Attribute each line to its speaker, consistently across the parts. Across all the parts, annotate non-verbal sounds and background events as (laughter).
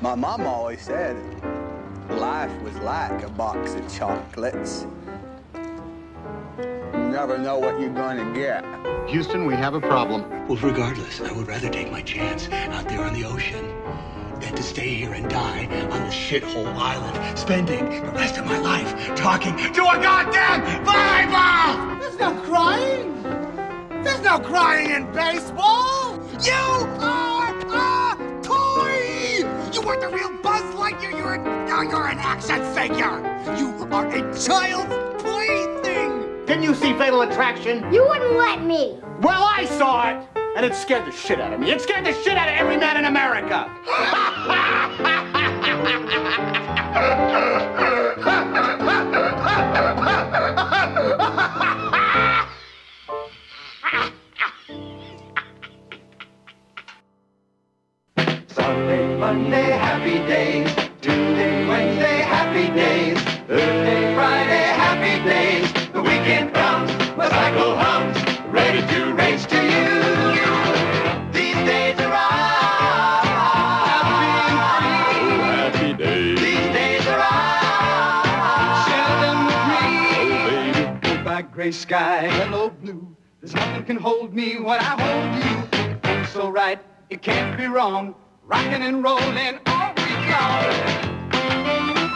Speaker 1: My mom always said life was like a box of chocolates. You never know what you're gonna get.
Speaker 2: Houston, we have a problem.
Speaker 3: Well, regardless, I would rather take my chance out there on the ocean than to stay here and die on this shithole island, spending the rest of my life talking to a goddamn volleyball!
Speaker 4: There's no crying. There's no crying in baseball. You are a toy. You weren't the real Buzz Lightyear. You're an, now you're an action figure. You are a child's plaything.
Speaker 2: Didn't you see Fatal Attraction?
Speaker 5: You wouldn't let me.
Speaker 2: Well, I saw it, and it scared the shit out of me. It scared the shit out of every man in America.
Speaker 6: Sunday, Monday, happy days. Tuesday, Wednesday, happy days. Thursday, Friday, happy days. The weekend comes, my cycle hums, ready to race to you. These days are all happy.
Speaker 7: Happy day,
Speaker 6: These days are all. Share them with me.
Speaker 7: Oh, baby.
Speaker 6: Gold by gray sky, hello blue. There's nothing can hold me when I hold you. It's so right, it can't be wrong. Rocking and rolling all week long.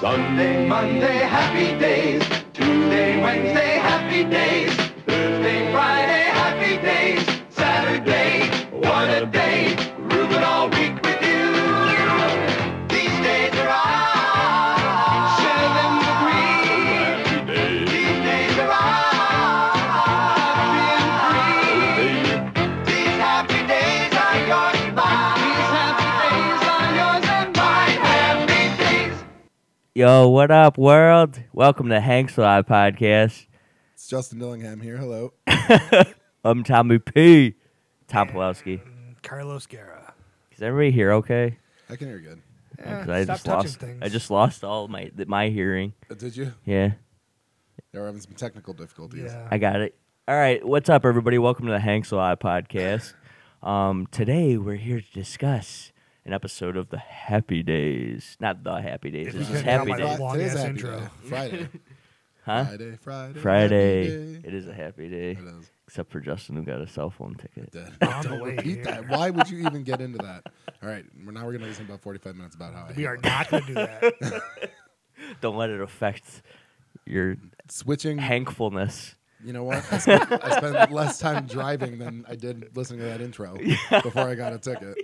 Speaker 6: Sunday, Monday, happy days. Tuesday, Wednesday, happy days. Thursday, Friday, happy days. Saturday, what a day. Ruben all week with you. These days are ours. Share them with me.
Speaker 7: Happy day,
Speaker 6: These days are ours. Being free.
Speaker 7: baby.
Speaker 6: These happy days are yours and mine. These happy days are yours and mine. Happy days.
Speaker 8: Yo, what up, world? Welcome to Hank's Live Podcast.
Speaker 9: It's Justin Dillingham here. Hello.
Speaker 8: I'm Tommy P. Tom Pulowski.
Speaker 10: Carlos Guerra.
Speaker 8: Is everybody here okay?
Speaker 9: I can hear good.
Speaker 8: 'Cause I
Speaker 10: stop
Speaker 8: just
Speaker 10: touching
Speaker 8: lost.
Speaker 10: things.
Speaker 8: I just lost all my th- my hearing.
Speaker 9: Uh, Did you?
Speaker 8: Yeah,
Speaker 9: Yeah, we're having some technical difficulties.
Speaker 10: Yeah.
Speaker 8: I got it. All right, what's up, everybody? Welcome to the Hank's Live
Speaker 10: (laughs)
Speaker 8: Podcast. Um, today we're here to discuss an episode of the Happy Days, not the Happy Days.
Speaker 10: you
Speaker 8: It's just
Speaker 10: couldn't tell
Speaker 8: Happy
Speaker 10: by the
Speaker 8: Days.
Speaker 10: long
Speaker 9: Today's
Speaker 10: ass
Speaker 9: happy
Speaker 10: intro.
Speaker 9: day. (laughs) Friday.
Speaker 8: (laughs) Huh?
Speaker 9: Friday, Friday.
Speaker 8: Friday.
Speaker 9: happy day.
Speaker 8: It is a happy day,
Speaker 9: It is.
Speaker 8: except for Justin who got a cell phone ticket.
Speaker 9: Dead.
Speaker 8: (laughs)
Speaker 10: On the
Speaker 9: Don't
Speaker 10: way
Speaker 9: repeat
Speaker 10: here.
Speaker 9: that. Why would you even get into that? All right. We're now we're gonna listen about forty five minutes about how I
Speaker 10: We
Speaker 9: hate
Speaker 10: are
Speaker 9: life.
Speaker 10: not going to do that.
Speaker 8: Don't let it affect your
Speaker 9: switching.
Speaker 8: hankfulness.
Speaker 9: You know what? I spent, I
Speaker 8: (laughs)
Speaker 9: spent less time driving than I did listening to that intro before I got
Speaker 8: (laughs)
Speaker 9: a ticket.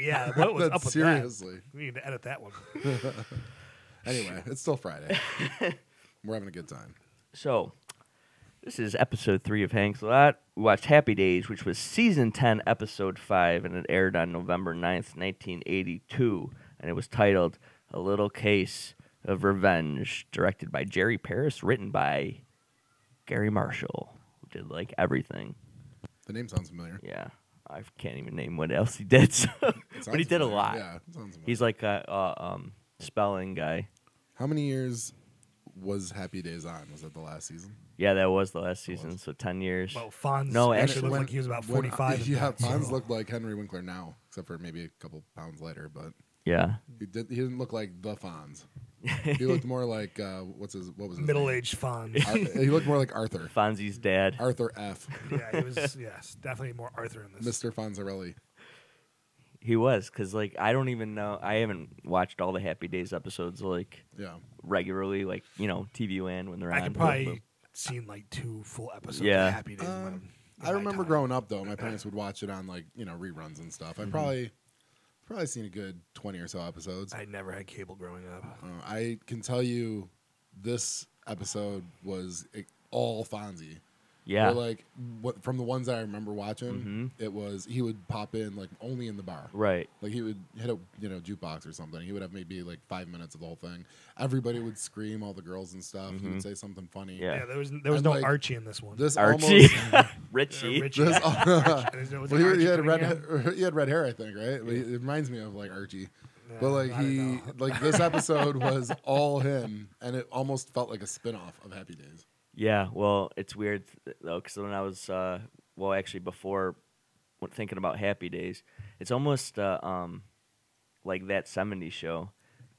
Speaker 10: yeah, what was
Speaker 9: That's
Speaker 10: up with
Speaker 9: seriously.
Speaker 10: that? We need to edit that one.
Speaker 9: Anyway, it's
Speaker 8: (laughs)
Speaker 9: still Friday. we're having a good time.
Speaker 8: So, this is episode three of Hank's Lot. We watched Happy Days, which was season 10, episode 5, and it aired on November 9th, 1982. And it was titled A Little Case of Revenge, directed by Jerry Paris, written by Gary Marshall, who did like everything.
Speaker 9: The name sounds familiar.
Speaker 8: Yeah, I can't even name what else he (laughs) did, so.
Speaker 9: It
Speaker 8: but he
Speaker 9: sounds
Speaker 8: did a
Speaker 9: familiar.
Speaker 8: lot.
Speaker 9: Yeah, it sounds familiar.
Speaker 8: He's like a uh, um, spelling guy.
Speaker 9: How many years was Happy Days on? Was that the last season?
Speaker 8: Yeah, that was the last season, so 10 years.
Speaker 10: Well, Fonz
Speaker 8: No,
Speaker 10: actually
Speaker 8: actually,
Speaker 10: looked
Speaker 9: when-
Speaker 10: like he was about
Speaker 9: when-
Speaker 10: 45. in
Speaker 9: yeah,
Speaker 10: that, so-
Speaker 9: Fonz looked like Henry Winkler now, except for maybe a couple pounds lighter. But
Speaker 8: Yeah.
Speaker 9: he, did, he didn't look like
Speaker 10: (laughs)
Speaker 9: the Fonz. He looked more like uh, what's his what was his name?
Speaker 10: middle-aged Fonz.
Speaker 9: Ar- he looked more like Arthur.
Speaker 8: Fonzie's dad.
Speaker 9: Arthur F.
Speaker 10: (laughs) yeah, he was, yes, definitely more Arthur in this.
Speaker 9: Mr. Fonzarelli.
Speaker 8: He was, cause like I don't even know. I haven't watched all the Happy Days episodes like
Speaker 9: Yeah.
Speaker 8: regularly, like you know TV Land when they're
Speaker 10: I
Speaker 8: on.
Speaker 10: could probably seen like two full episodes
Speaker 8: Yeah.
Speaker 10: of Happy Days. in my- in
Speaker 9: I
Speaker 10: my
Speaker 9: remember
Speaker 10: time.
Speaker 9: growing up though, my parents would watch it on like you know reruns and stuff. I
Speaker 10: Mm-hmm.
Speaker 9: probably probably seen a good twenty or so episodes.
Speaker 10: I never had cable growing up.
Speaker 9: Uh, I can tell you, this episode was eh, all Fonzie.
Speaker 8: yeah, Mm-hmm.
Speaker 9: Or like what, from the ones that I remember watching, it was he would pop in like only in the bar.
Speaker 8: right.
Speaker 9: Like he would hit a you know jukebox or something. He would have maybe like five minutes of the whole thing. Everybody would scream, all the girls and stuff. He would say something funny.
Speaker 8: Mm-hmm. Yeah.
Speaker 10: Yeah, there was there was
Speaker 9: And,
Speaker 10: no
Speaker 9: like,
Speaker 10: Archie in this one. Uh,
Speaker 9: This
Speaker 8: Archie,
Speaker 9: almost.
Speaker 8: Richie.
Speaker 10: Richie.
Speaker 8: (laughs)
Speaker 9: This, (laughs)
Speaker 10: (laughs)
Speaker 9: al-
Speaker 10: There's no- was
Speaker 9: well,
Speaker 10: it
Speaker 9: he,
Speaker 10: Archie
Speaker 9: he had red.
Speaker 10: Cunningham?
Speaker 9: ha- He had red hair, (laughs) I think. Right. But he- It reminds me of like Archie.
Speaker 10: Yeah,
Speaker 9: But (laughs) like
Speaker 10: I don't
Speaker 9: he,
Speaker 10: know.
Speaker 9: like this episode was all him, and it almost felt like a spin off of Happy Days.
Speaker 8: Yeah, well, it's weird th- though, because when I was, uh, well, actually before when thinking about Happy Days, it's almost uh, um, like that '70s show.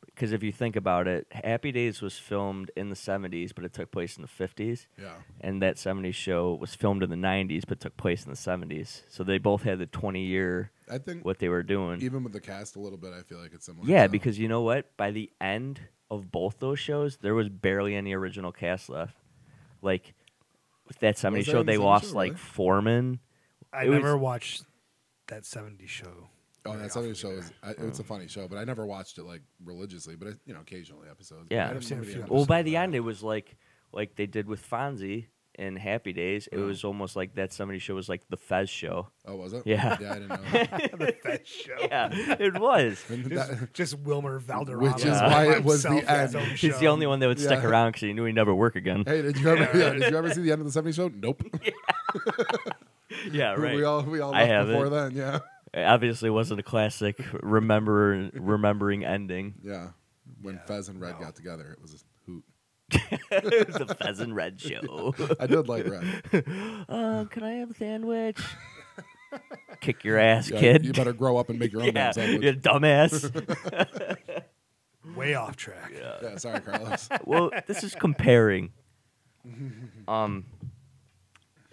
Speaker 8: Because if you think about it, Happy Days was filmed in the '70s, but it took place in the '50s,
Speaker 9: Yeah.
Speaker 8: and that '70s show was filmed in the '90s, but took place in the '70s. So they both had the 20-year
Speaker 9: I think
Speaker 8: what they were doing.
Speaker 9: even with the cast a little bit, I feel like it's similar.
Speaker 8: Yeah,
Speaker 9: now.
Speaker 8: because you know what? By the end of both those shows, there was barely any original cast left. Like with that somebody
Speaker 9: Was that
Speaker 8: show,
Speaker 9: in the
Speaker 8: they
Speaker 9: same
Speaker 8: lost
Speaker 9: show,
Speaker 8: like
Speaker 9: really?
Speaker 8: Foreman.
Speaker 10: I
Speaker 8: It was-
Speaker 10: never watched that 70s show.
Speaker 9: oh,
Speaker 10: very
Speaker 9: that '70s show
Speaker 10: often
Speaker 9: is I, it's a funny show, but I never watched it like religiously, but I, you know, occasionally episodes.
Speaker 8: Yeah.
Speaker 9: I don't
Speaker 8: I've
Speaker 10: seen a
Speaker 9: remember
Speaker 10: few
Speaker 9: the
Speaker 8: Well,
Speaker 10: Well,
Speaker 8: by the end, it was like like they did with Fonzie in Happy Days. It was almost like that somebody show was like the Fez
Speaker 9: (laughs)
Speaker 8: show.
Speaker 9: Oh, was it?
Speaker 8: Yeah.
Speaker 9: Yeah, I didn't know.
Speaker 8: (laughs)
Speaker 10: (laughs) That show.
Speaker 8: Yeah, it was.
Speaker 9: And that- (laughs)
Speaker 10: Just, just Wilmer Valderrama.
Speaker 9: Which is
Speaker 10: by
Speaker 9: why it was the
Speaker 10: himself in his
Speaker 9: end.
Speaker 10: own
Speaker 8: He's the
Speaker 10: show.
Speaker 8: only one that would stick
Speaker 9: Yeah.
Speaker 8: around because he knew he'd never work again.
Speaker 9: hey, did you ever? Yeah, did you ever see the end of the '70s show?
Speaker 8: (laughs)
Speaker 9: Nope.
Speaker 8: Yeah, right.
Speaker 9: (laughs) we all we all
Speaker 8: I
Speaker 9: left
Speaker 8: haven't.
Speaker 9: before then.
Speaker 10: (laughs)
Speaker 9: Yeah.
Speaker 8: It obviously wasn't a classic remember remembering ending. (laughs)
Speaker 9: Yeah. When Fez and Red got together, it was a hoot.
Speaker 8: the Fez and Red
Speaker 9: (laughs)
Speaker 8: show.
Speaker 9: I did
Speaker 8: (laughs)
Speaker 9: like Red.
Speaker 8: Um, can I have a
Speaker 9: (laughs)
Speaker 8: sandwich? Kick your ass,
Speaker 9: Yeah,
Speaker 8: kid.
Speaker 9: You better grow up and make your own
Speaker 8: (laughs)
Speaker 9: damn
Speaker 8: yeah,
Speaker 9: sandwich.
Speaker 8: you dumbass.
Speaker 10: Way off track.
Speaker 9: Yeah, sorry, Carlos.
Speaker 8: well, this is comparing. Um,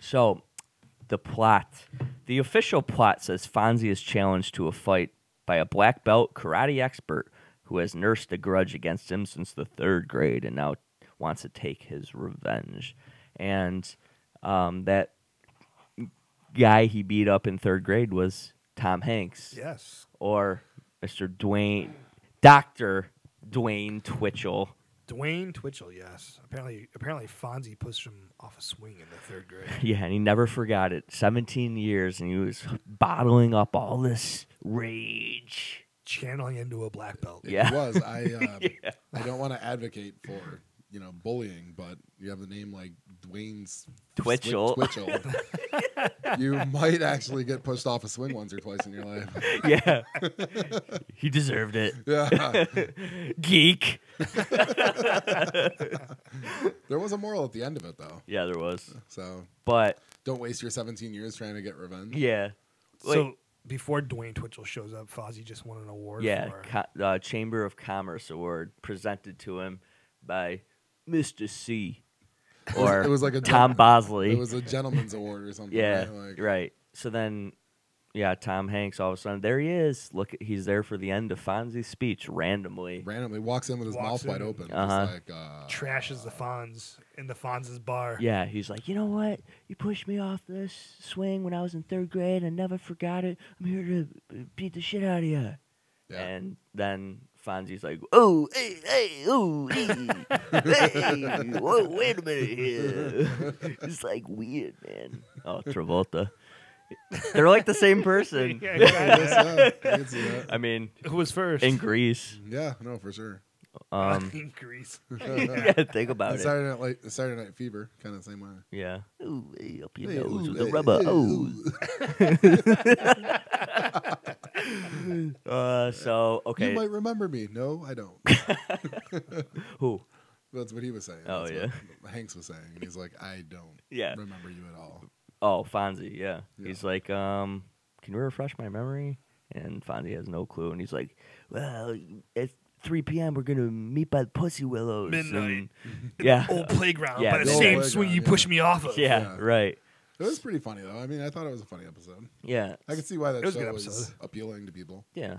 Speaker 8: so the plot. The official plot says Fonzie is challenged to a fight by a black belt karate expert who has nursed a grudge against him since the third grade and now wants to take his revenge. And um, that guy he beat up in third grade was Tom Hanks
Speaker 10: Yes.
Speaker 8: or Mr. Dwayne, Dr. Dwayne Twitchell.
Speaker 10: Dwayne Twitchell, yes. Apparently, apparently Fonzie pushed him off a swing in the third grade.
Speaker 8: (laughs) Yeah, and he never forgot it. 17 years, and he was bottling up all this rage. (laughs)
Speaker 10: Channeling into a black belt.
Speaker 8: (laughs) Yeah.
Speaker 9: It
Speaker 8: (laughs)
Speaker 9: was. I uh, I don't want to advocate for you know bullying, but you have a name like Dwayne's
Speaker 8: Twitchell.
Speaker 9: Twitchell.
Speaker 8: (laughs)
Speaker 9: you might actually get pushed off a swing once or twice in your life.
Speaker 8: (laughs) Yeah. he deserved it.
Speaker 9: Yeah.
Speaker 8: Geek.
Speaker 9: There was a moral at the end of it though.
Speaker 8: Yeah, there was.
Speaker 9: So
Speaker 8: But,
Speaker 9: don't waste your 17 years trying to get revenge.
Speaker 8: yeah.
Speaker 10: So before Dwayne Twitchell shows up, Fonzie just won an award
Speaker 8: yeah,
Speaker 10: for
Speaker 8: co- uh, Chamber of Commerce Award presented to him by Mr. C. Or
Speaker 9: it was like a
Speaker 8: Tom
Speaker 9: gen-
Speaker 8: Bosley.
Speaker 9: It was a gentleman's award or something.
Speaker 8: Yeah,
Speaker 9: right? Like,
Speaker 8: right. So then, yeah, Tom Hanks. All of a sudden, there he is. Look, he's there for the end of Fonzie's speech randomly.
Speaker 9: Randomly walks in with his
Speaker 10: Walks
Speaker 9: mouth wide
Speaker 10: in.
Speaker 9: open. just
Speaker 8: Uh-huh.
Speaker 9: like, uh,
Speaker 10: Trashes the Fonz in the Fonz's bar.
Speaker 8: (laughs) Yeah, he's like, you know what? You pushed me off this swing when I was in third grade. I never forgot it. I'm here to uh, beat the shit out of you.
Speaker 9: Yeah.
Speaker 8: And then Fonzie's like, oh, hey, hey, oh, hey, hey, whoa, wait a minute here. (laughs) it's like weird, man. Oh, Travolta. They're like the same (laughs) person.
Speaker 10: (laughs) Yeah, exactly.
Speaker 9: (laughs) yeah, I can see that.
Speaker 8: (laughs) I mean,
Speaker 10: Who was (laughs) first?
Speaker 8: in Greece.
Speaker 9: yeah, no, for sure. (laughs)
Speaker 8: Um,
Speaker 10: In Greece.
Speaker 8: (laughs) yeah, think about
Speaker 9: And
Speaker 8: it.
Speaker 9: Saturday Night Light, Saturday Night Fever, kind of the same way.
Speaker 8: Yeah. Ooh, hey, up your
Speaker 9: Hey,
Speaker 8: nose
Speaker 9: ooh,
Speaker 8: with a
Speaker 9: hey,
Speaker 8: rubber
Speaker 9: hey,
Speaker 8: hose. uh, so okay.
Speaker 9: You might remember me. No,
Speaker 8: (laughs)
Speaker 9: I don't.
Speaker 8: Who?
Speaker 9: That's what he was saying.
Speaker 8: Oh,
Speaker 9: That's what (laughs) Hanks was saying. And he's like, I don't
Speaker 8: Yeah.
Speaker 9: remember you at all.
Speaker 8: Oh, Fonzie. Yeah.
Speaker 9: Yeah.
Speaker 8: He's like, um, can you refresh my memory? And Fonzie has no clue, and he's like, well, at 3 p.m. we're gonna meet by the Pussy Willows.
Speaker 10: Midnight.
Speaker 8: and- (laughs) yeah.
Speaker 10: (laughs) Old playground.
Speaker 8: Yeah,
Speaker 10: by the
Speaker 8: the
Speaker 9: old
Speaker 10: same
Speaker 9: playground,
Speaker 10: swing you
Speaker 9: yeah.
Speaker 10: pushed me off of.
Speaker 8: (laughs) yeah.
Speaker 9: Yeah.
Speaker 8: Right.
Speaker 9: It was pretty funny though. I mean, I thought it was a funny episode.
Speaker 8: Yeah.
Speaker 9: I could see why that
Speaker 10: It was a
Speaker 9: show
Speaker 10: good
Speaker 9: was
Speaker 10: episode.
Speaker 9: appealing to people.
Speaker 8: Yeah.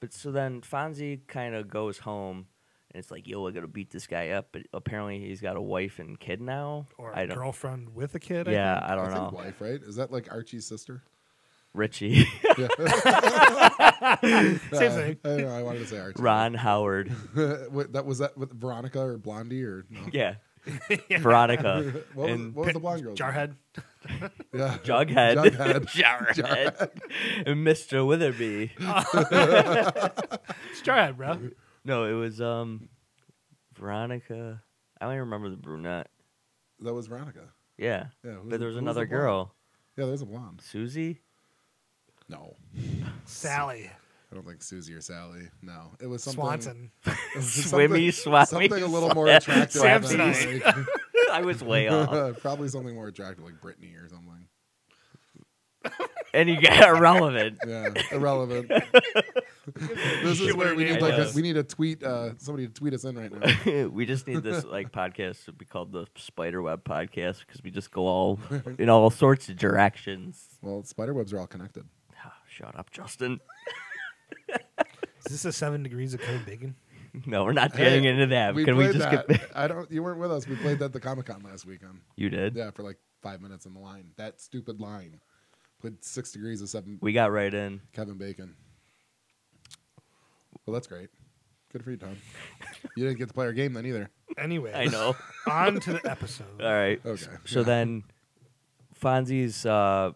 Speaker 8: But so then Fonzie kind of goes home and it's like, yo, I gotta beat this guy up. But apparently he's got a wife and kid now.
Speaker 10: Or
Speaker 8: I
Speaker 10: a
Speaker 8: don't.
Speaker 10: girlfriend with a kid.
Speaker 8: yeah, I
Speaker 9: I
Speaker 8: don't
Speaker 9: think
Speaker 8: know.
Speaker 9: wife, right? Is that like Archie's sister?
Speaker 8: Richie, (laughs)
Speaker 9: Yeah.
Speaker 10: I think. (laughs) Same thing.
Speaker 9: Uh, I, don't know, I wanted to say Archie.
Speaker 8: Ron Howard.
Speaker 9: (laughs) Wait, that was that with Veronica or Blondie or no?
Speaker 8: Yeah. Veronica
Speaker 9: (laughs) What, was,
Speaker 8: and
Speaker 9: what was the blonde girl?
Speaker 10: Jarhead.
Speaker 9: Yeah.
Speaker 8: Jughead.
Speaker 9: (laughs) Jughead.
Speaker 8: (laughs) Jarhead. and Mr. Witherby.
Speaker 10: It's Jarhead, bro.
Speaker 8: No, it was um Veronica. I don't even remember the brunette.
Speaker 9: That was Veronica.
Speaker 8: Yeah.
Speaker 9: Yeah, who-
Speaker 8: but there was
Speaker 9: who was
Speaker 8: another
Speaker 9: the blonde?
Speaker 8: girl.
Speaker 9: Yeah, there's a blonde.
Speaker 8: Susie?
Speaker 9: No,
Speaker 10: Sally.
Speaker 9: I don't think Susie or Sally. No, it was (laughs) something.
Speaker 10: Swanson.
Speaker 9: it was
Speaker 8: Swimmy,
Speaker 9: something,
Speaker 8: swabby, (laughs)
Speaker 9: something a little more
Speaker 8: swabby,
Speaker 9: attractive.
Speaker 8: (laughs)
Speaker 9: than, (laughs)
Speaker 10: Samsonite.
Speaker 9: like-
Speaker 8: I was way
Speaker 9: (laughs)
Speaker 8: off.
Speaker 9: Probably something more attractive like Britney or something.
Speaker 8: And you got irrelevant. (laughs)
Speaker 9: Yeah, irrelevant. this is where we need like a, we need a tweet. Uh, somebody to tweet us in right
Speaker 8: (laughs)
Speaker 9: now.
Speaker 8: we just need this like podcast to be called the Spiderweb Podcast because we just go
Speaker 9: (laughs)
Speaker 8: all in all sorts of directions.
Speaker 9: Well, spider webs are all connected.
Speaker 8: Ah, shut up, Justin. (laughs)
Speaker 10: Is this a seven degrees of cold bacon?
Speaker 8: No, we're not getting
Speaker 9: Hey,
Speaker 8: into that. Can we
Speaker 9: played
Speaker 8: just
Speaker 9: that.
Speaker 8: get?
Speaker 9: I don't. You weren't with us. We played that at the Comic Con last weekend.
Speaker 8: (laughs) You did.
Speaker 9: Yeah, for like five minutes in the line. That stupid line. Played six degrees of seven.
Speaker 8: We got right in.
Speaker 9: Kevin Bacon. Well, that's great. Good for you, Tom. you didn't get to play our game then either.
Speaker 10: Anyway,
Speaker 8: I know.
Speaker 10: (laughs)
Speaker 9: (laughs)
Speaker 8: Uh,
Speaker 10: on to the episode.
Speaker 8: All right.
Speaker 9: Okay.
Speaker 8: So then Fonzie's uh,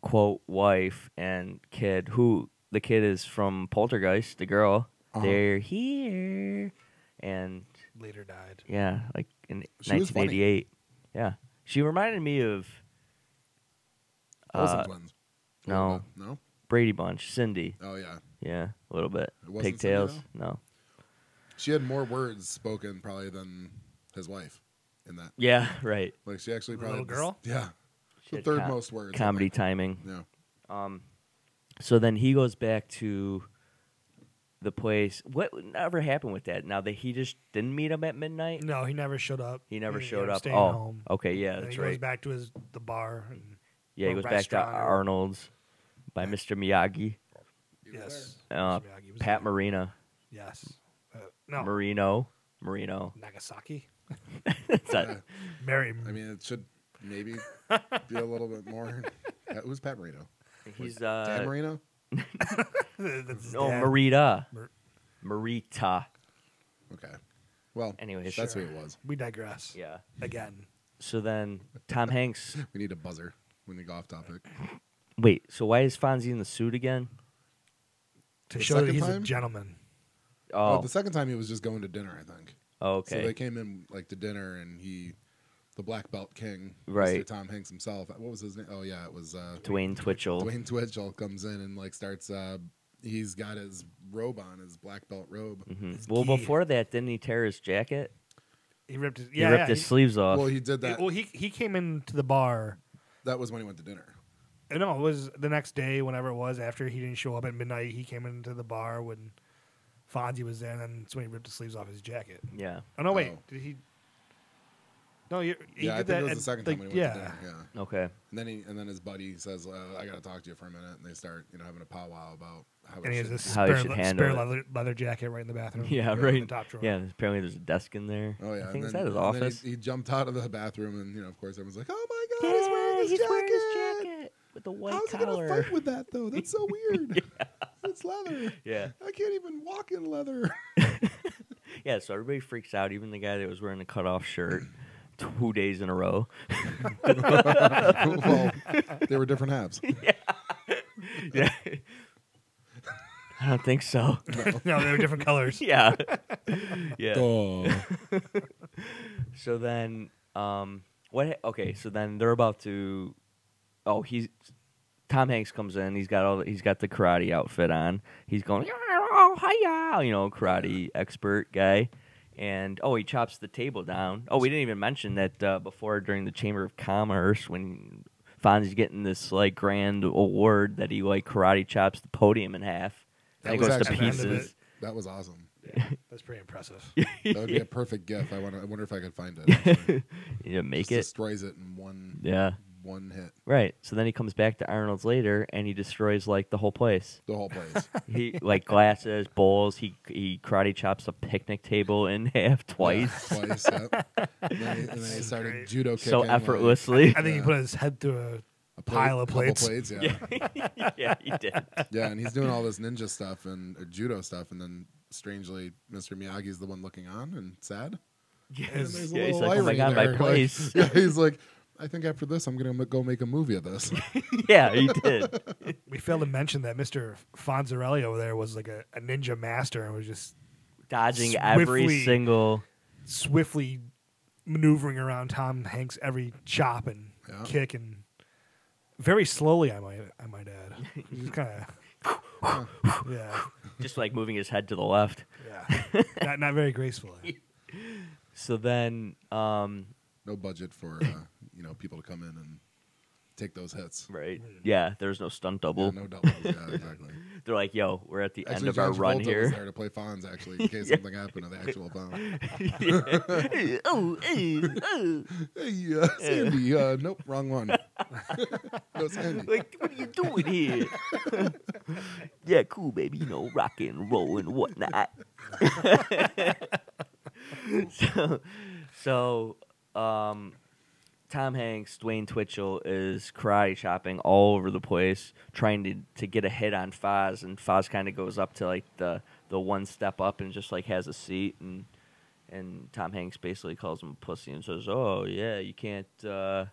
Speaker 8: quote wife and kid, who the kid is from Poltergeist, the girl,
Speaker 9: Uh-huh.
Speaker 8: they're here. And
Speaker 10: Later died.
Speaker 8: yeah, like in
Speaker 9: She was funny.
Speaker 8: 1988. Yeah. She reminded me of
Speaker 9: Olsen
Speaker 8: uh,
Speaker 9: twins.
Speaker 8: no.
Speaker 9: No.
Speaker 8: Brady Bunch, Cindy.
Speaker 9: Oh yeah.
Speaker 8: Yeah, a little bit.
Speaker 9: It wasn't Cindy,
Speaker 8: Pigtails.
Speaker 9: though?
Speaker 8: No.
Speaker 9: She had more words spoken probably than his wife in that.
Speaker 8: Yeah, right.
Speaker 9: Like she actually
Speaker 10: The
Speaker 9: probably
Speaker 10: little girl?
Speaker 9: Yeah.
Speaker 8: She
Speaker 9: The
Speaker 8: had
Speaker 9: third
Speaker 8: com-
Speaker 9: most words. I
Speaker 8: Comedy
Speaker 9: think.
Speaker 8: timing.
Speaker 9: Yeah.
Speaker 8: So then he goes back to the place. What never happened with that? Now that he just didn't meet him at midnight.
Speaker 10: No, he never showed up.
Speaker 8: He never
Speaker 10: ended
Speaker 8: showed up.
Speaker 10: Staying
Speaker 8: oh,
Speaker 10: home.
Speaker 8: okay, yeah,
Speaker 10: And
Speaker 8: that's
Speaker 10: he goes
Speaker 8: right.
Speaker 10: back to his the bar. And,
Speaker 8: yeah, he
Speaker 10: or
Speaker 8: goes back to
Speaker 10: restaurant or-
Speaker 8: Arnold's by Mr. Miyagi,
Speaker 10: yes.
Speaker 8: uh,
Speaker 10: Mr. Miyagi was
Speaker 8: Pat
Speaker 10: there.
Speaker 8: Marina,
Speaker 10: Yes. Uh, no.
Speaker 8: Marino, Marino. (laughs)
Speaker 10: Nagasaki.
Speaker 8: It's not-
Speaker 10: Mary.
Speaker 9: I mean, it should maybe be a little bit more. Uh, Who's Pat Marino?
Speaker 8: he's
Speaker 9: Pat
Speaker 8: uh,
Speaker 9: Marino?
Speaker 10: (laughs) that's his
Speaker 8: no
Speaker 10: dad.
Speaker 8: Marita,
Speaker 10: Mar-
Speaker 8: Marita.
Speaker 9: Okay. Well,
Speaker 8: Anyways.
Speaker 9: that's
Speaker 10: Sure.
Speaker 9: who it was.
Speaker 10: We digress.
Speaker 8: Yeah.
Speaker 10: Again.
Speaker 8: So then Tom Hanks.
Speaker 9: We need a buzzer when you go off topic.
Speaker 8: Wait. So why is Fonzie in the suit again?
Speaker 10: To
Speaker 9: The
Speaker 10: show that
Speaker 9: second
Speaker 10: he's a
Speaker 9: time?
Speaker 10: gentleman.
Speaker 9: Oh,
Speaker 8: Oh.
Speaker 9: the second time he was just going to dinner, I think.
Speaker 8: okay.
Speaker 9: So they came in like to dinner, and he, the black belt king, Mr.
Speaker 8: Right.
Speaker 9: Tom Hanks himself. What was his name? Oh yeah, it was uh,
Speaker 8: Dwayne Twitchell.
Speaker 9: Dwayne Twitchell comes in and like starts. Uh, he's got his robe on, his black belt robe.
Speaker 8: Mhm. Well,
Speaker 10: Gee.
Speaker 8: before that, didn't he tear his jacket?
Speaker 10: He ripped his.
Speaker 8: He
Speaker 10: Yeah.
Speaker 8: ripped
Speaker 10: yeah,
Speaker 8: his sleeves off.
Speaker 9: Well, he did
Speaker 10: he,
Speaker 9: that.
Speaker 10: well, he he came into the bar.
Speaker 9: That was when he went to dinner.
Speaker 10: Uh, No, it was the next day, whenever it was. After he didn't show up at midnight, he came into the bar when Fonzie was there, and then that's when he ripped the sleeves off his jacket.
Speaker 8: yeah.
Speaker 10: Oh no, wait,
Speaker 9: Oh.
Speaker 10: did he? No, you. He
Speaker 9: yeah, I
Speaker 10: did
Speaker 9: think
Speaker 10: that
Speaker 9: it was
Speaker 10: at,
Speaker 9: the second
Speaker 10: like,
Speaker 9: time when he went
Speaker 10: yeah.
Speaker 9: to dinner. Yeah.
Speaker 8: Okay.
Speaker 9: And then he and then his buddy says, uh, "I got to talk to you for a minute," and they start you know having a powwow about how. it
Speaker 10: And he has
Speaker 9: should
Speaker 10: this
Speaker 9: be.
Speaker 8: How you
Speaker 10: spare,
Speaker 8: should
Speaker 10: le-
Speaker 8: handle
Speaker 10: spare
Speaker 8: it.
Speaker 10: leather, leather jacket right in the bathroom.
Speaker 8: Yeah,
Speaker 10: in
Speaker 8: right.
Speaker 10: the top drawer.
Speaker 8: Yeah, there's- apparently there's a desk in there.
Speaker 9: Oh yeah,
Speaker 8: I
Speaker 9: and
Speaker 8: think is
Speaker 9: then-
Speaker 8: that his
Speaker 9: and then
Speaker 8: office.
Speaker 9: he, he jumped out of the bathroom, and you know, of course, everyone's like, "Oh my god,
Speaker 8: yeah,
Speaker 9: he's wearing his jacket!"
Speaker 8: jacket with the white
Speaker 9: How's he
Speaker 8: collar.
Speaker 9: gonna fight with that though? That's so weird. It's leather.
Speaker 8: (laughs) yeah,
Speaker 9: I can't even walk
Speaker 8: (laughs)
Speaker 9: in leather.
Speaker 8: yeah. So everybody freaks out, even the guy that was wearing a cutoff shirt two days in a row. (laughs)
Speaker 9: well, they were different halves.
Speaker 8: (laughs) yeah, (laughs) I don't think so.
Speaker 10: (laughs)
Speaker 8: (laughs)
Speaker 10: no, they were different colors.
Speaker 8: Yeah, yeah. (laughs)
Speaker 9: Oh,
Speaker 8: So then, um, what? ha- Okay, so then they're about to. Oh, he's Tom Hanks comes in. He's got all. The, he's got the karate outfit on. He's going, oh hiya, you know, karate expert guy, and oh, he chops the table down. Oh, we didn't even mention that uh, before during the Chamber of Commerce when Fonzie's getting this like grand award that he like karate chops the podium in half. and it goes to
Speaker 10: actually- At the end of
Speaker 8: pieces. (laughs)
Speaker 9: That was awesome.
Speaker 10: That's pretty impressive.
Speaker 9: That would be a perfect gift. I want. I wonder if I could find it. actually.
Speaker 8: You know, make
Speaker 9: Just
Speaker 8: it.
Speaker 9: destroys it in one.
Speaker 8: Yeah.
Speaker 9: One hit.
Speaker 8: Right. So then he comes back to Arnold's later and he destroys like the whole place.
Speaker 9: The
Speaker 8: (laughs)
Speaker 9: whole place.
Speaker 8: He
Speaker 9: (laughs)
Speaker 8: like glasses, bowls. He he karate chops a picnic table in (laughs) half twice,
Speaker 9: Yeah, twice. Yep. And then, he- and then he started
Speaker 10: great.
Speaker 9: judo kicking.
Speaker 8: so
Speaker 9: like, (laughs)
Speaker 8: effortlessly.
Speaker 10: I think he
Speaker 9: Yeah.
Speaker 10: put his head through a,
Speaker 9: plate-
Speaker 10: pile of
Speaker 9: couple
Speaker 10: plates.
Speaker 9: plates yeah.
Speaker 8: yeah, he did.
Speaker 9: Yeah, and he's doing all this ninja stuff and or judo stuff, and then strangely, Mr. Miyagi's the one looking on and sad.
Speaker 8: Yes.
Speaker 9: There's a
Speaker 8: Yeah, he's
Speaker 9: little
Speaker 8: like, oh my
Speaker 9: irony
Speaker 8: god, my
Speaker 9: there," like,
Speaker 8: place.
Speaker 9: (laughs) yeah, he's like, I think after this, I'm gonna go make a movie
Speaker 8: (laughs)
Speaker 9: of this.
Speaker 8: yeah, he did.
Speaker 10: We failed to mention that Mr. Fonzarelli over there was like a, a ninja master and was just
Speaker 8: Dodging every
Speaker 10: Swiftly.
Speaker 8: single.
Speaker 10: swiftly maneuvering around Tom Hanks every chop and
Speaker 9: Yeah.
Speaker 10: kick and very slowly. I might I might
Speaker 9: (laughs)
Speaker 10: add. He Just kind of yeah
Speaker 8: Just like moving his head to the left.
Speaker 10: yeah not not very gracefully.
Speaker 8: So then, um,
Speaker 9: no budget for uh, you know people to come in and take those hits.
Speaker 8: Right. Yeah, there's no stunt
Speaker 9: Yeah,
Speaker 8: double.
Speaker 9: no doubles. Yeah,
Speaker 8: (laughs)
Speaker 9: exactly.
Speaker 8: They're like, yo, we're at the
Speaker 9: Actually,
Speaker 8: end of
Speaker 9: John
Speaker 8: our run
Speaker 9: Travolta
Speaker 8: here.
Speaker 9: was there to play Fonz
Speaker 8: (laughs)
Speaker 9: actually in case something happened to the actual Fonz.
Speaker 8: Yeah.
Speaker 9: (laughs)
Speaker 8: (laughs) oh, eh, oh.
Speaker 9: Hey, uh, Sandy. Uh, nope,
Speaker 8: (laughs)
Speaker 9: wrong one. (laughs) no, Sandy.
Speaker 8: Like, what are you doing here? (laughs) yeah, cool, baby. You know, rock and roll and whatnot. (laughs) so, so, um, Tom Hanks, Dwayne Twitchell is karate shopping all over the place, trying to, to get a hit on Foz, and Foz kind of goes up to like the the one step up and just like has a seat, and and Tom Hanks basically calls him a pussy and says, "Oh yeah, you can't uh,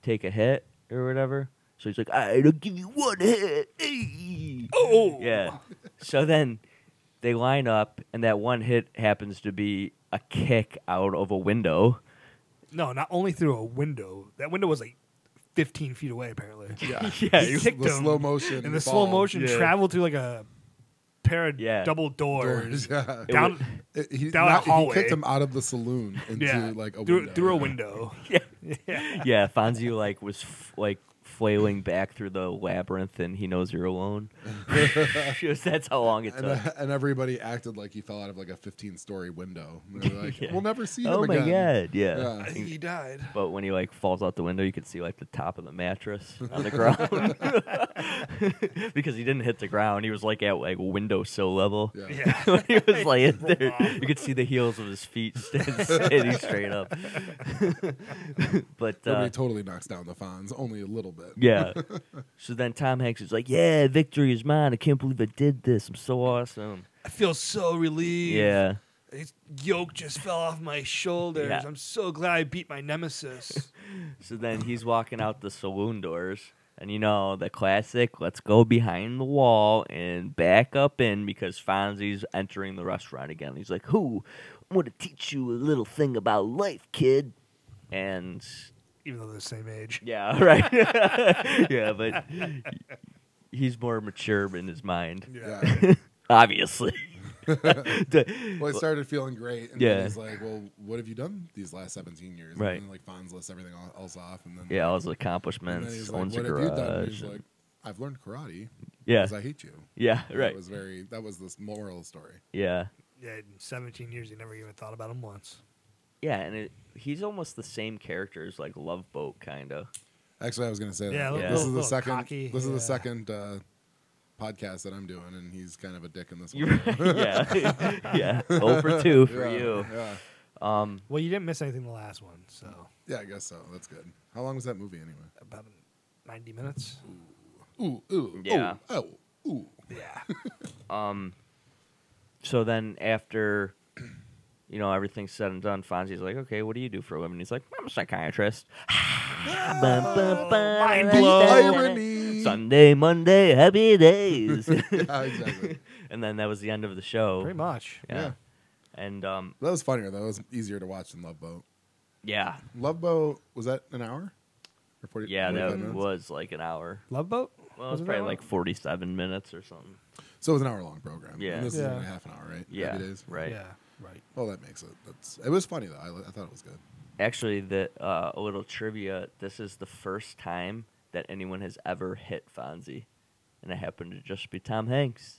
Speaker 8: take a hit or whatever." So he's like, "I will give you one hit." Oh yeah. So then they line up, and that one hit happens to be a kick out of a window.
Speaker 10: No, not only through a window. That window was like 15 feet away, apparently. (laughs)
Speaker 9: Yeah.
Speaker 8: Yeah,
Speaker 10: He
Speaker 8: you-
Speaker 10: kicked
Speaker 9: the
Speaker 10: him,
Speaker 9: slow motion
Speaker 10: and the slow
Speaker 9: ball.
Speaker 10: motion
Speaker 8: Yeah.
Speaker 10: traveled through like a pair of
Speaker 8: Yeah.
Speaker 10: double doors.
Speaker 9: Doors, (laughs) yeah. It
Speaker 10: Down,
Speaker 8: was-
Speaker 9: It- Uh, he,
Speaker 10: Down a
Speaker 9: not- he
Speaker 10: hallway.
Speaker 9: kicked him out of the saloon
Speaker 10: (laughs)
Speaker 9: into
Speaker 10: yeah,
Speaker 9: like a
Speaker 10: through,
Speaker 9: window.
Speaker 10: through a
Speaker 9: Yeah.
Speaker 10: window.
Speaker 8: yeah, Fonzie like was f- like flailing back through the labyrinth, and he knows you're alone. (laughs) Just- that's how long it
Speaker 10: (laughs)
Speaker 9: And, (laughs)
Speaker 8: took.
Speaker 9: uh, and everybody acted like he fell out of like a 15 story window.
Speaker 10: (laughs)
Speaker 9: And They're like,
Speaker 8: Yeah.
Speaker 9: we'll never see him
Speaker 8: Oh my
Speaker 9: again.
Speaker 8: god, yeah.
Speaker 9: Yeah.
Speaker 10: I think he died.
Speaker 8: But when he like falls out the window, you can see like the top of the mattress on the ground (laughs) because he didn't hit the ground. He was like at like windowsill level.
Speaker 9: Yeah.
Speaker 10: Yeah. (laughs)
Speaker 8: (laughs) when he was laying there, you could see the heels of his feet stand- (laughs) standing straight up. (laughs) but
Speaker 9: Nobody
Speaker 8: uh,
Speaker 9: totally knocks down the Fonz, only a little bit.
Speaker 8: yeah. So then Tom Hanks is like, "Yeah, victory is mine. I can't believe I did this. I'm so awesome."
Speaker 10: I feel so relieved.
Speaker 8: Yeah.
Speaker 10: His yoke just fell off my shoulders.
Speaker 8: Yeah.
Speaker 10: I'm so glad I beat my nemesis. (laughs)
Speaker 8: So then he's walking out the saloon doors, and you know the classic: "Let's go behind the wall and back up in," because Fonzie's entering the restaurant again. He's like, "Who? I'm gonna teach you a little thing about life, kid." And
Speaker 10: Even though they're the same age.
Speaker 8: yeah, (laughs) right. yeah, but he's more mature in his mind,
Speaker 9: Yeah.
Speaker 8: obviously. (laughs)
Speaker 10: (laughs)
Speaker 9: Well, he started feeling great. And
Speaker 8: Yeah.
Speaker 9: then he's like, well, what have you done these last 17 years?
Speaker 8: Right.
Speaker 9: And then, like, Fonz lists everything el- else off. And then,
Speaker 8: Yeah, all his
Speaker 9: and then
Speaker 8: accomplishments,
Speaker 9: he's like,
Speaker 8: owns
Speaker 9: what
Speaker 8: a
Speaker 9: have you
Speaker 8: garage.
Speaker 9: done? And he's
Speaker 8: and-
Speaker 9: like, I've learned karate
Speaker 8: yeah,
Speaker 9: because I hate you.
Speaker 8: yeah,
Speaker 9: That
Speaker 8: right,
Speaker 9: was very, that was this moral story.
Speaker 8: yeah,
Speaker 10: Yeah, in 17 years, you never even thought about him once.
Speaker 8: yeah. And it, he's almost the same character as like Love Boat, kind of.
Speaker 9: Actually, I was going to say that.
Speaker 10: Yeah, a
Speaker 8: little-
Speaker 9: this is the
Speaker 10: little
Speaker 9: second.
Speaker 10: cocky,
Speaker 9: This is
Speaker 10: yeah.
Speaker 9: the second uh, podcast that I'm doing, and he's kind of a dick in
Speaker 8: (laughs)
Speaker 9: this
Speaker 8: You're
Speaker 9: one.
Speaker 8: right,
Speaker 9: (laughs)
Speaker 8: yeah, (laughs) yeah. Over two for
Speaker 9: Yeah,
Speaker 8: you.
Speaker 9: Yeah,
Speaker 10: Well, you didn't miss anything the last one, so
Speaker 9: (laughs) yeah, I guess so. That's good. How long was that movie anyway?
Speaker 10: about 90 minutes.
Speaker 9: Ooh, ooh,
Speaker 8: Yeah.
Speaker 9: oh, ooh.
Speaker 10: Yeah.
Speaker 8: So then after, you know, everything's said and done, Fonzie's like, "Okay, what do you do for a living?" He's like, "I'm a
Speaker 9: (laughs)
Speaker 8: psychiatrist." (sighs) Bum, bum, bum,
Speaker 10: mind
Speaker 8: da,
Speaker 10: blow.
Speaker 8: da, da, da.
Speaker 9: (laughs) Irony.
Speaker 8: Sunday, Monday, happy days. (laughs)
Speaker 9: Yeah, exactly.
Speaker 8: and then that was the end of the show.
Speaker 10: Pretty much.
Speaker 8: Yeah.
Speaker 9: Yeah.
Speaker 8: And um,
Speaker 9: That was funnier though. It was easier to watch than Love Boat.
Speaker 8: yeah,
Speaker 9: Love Boat was that an hour? Or 40,
Speaker 8: yeah,
Speaker 9: 45
Speaker 8: that
Speaker 9: minutes?
Speaker 8: was like an hour.
Speaker 10: Love Boat?
Speaker 8: Well, it was
Speaker 10: Wasn't that
Speaker 8: probably
Speaker 10: one?
Speaker 8: like forty-seven minutes or something.
Speaker 9: So it was an hour long program.
Speaker 8: Yeah.
Speaker 9: and this
Speaker 10: Yeah.
Speaker 9: is only half an hour, right?
Speaker 8: Yeah,
Speaker 9: Happy days.
Speaker 8: right.
Speaker 10: Yeah,
Speaker 8: (laughs)
Speaker 10: right.
Speaker 9: Well, that makes it. That's. It was funny though. I, li- I thought it was good.
Speaker 8: Actually, the uh, a little trivia. This is the first time that anyone has ever hit Fonzie, and it happened to just be Tom
Speaker 9: (laughs)
Speaker 8: Hanks.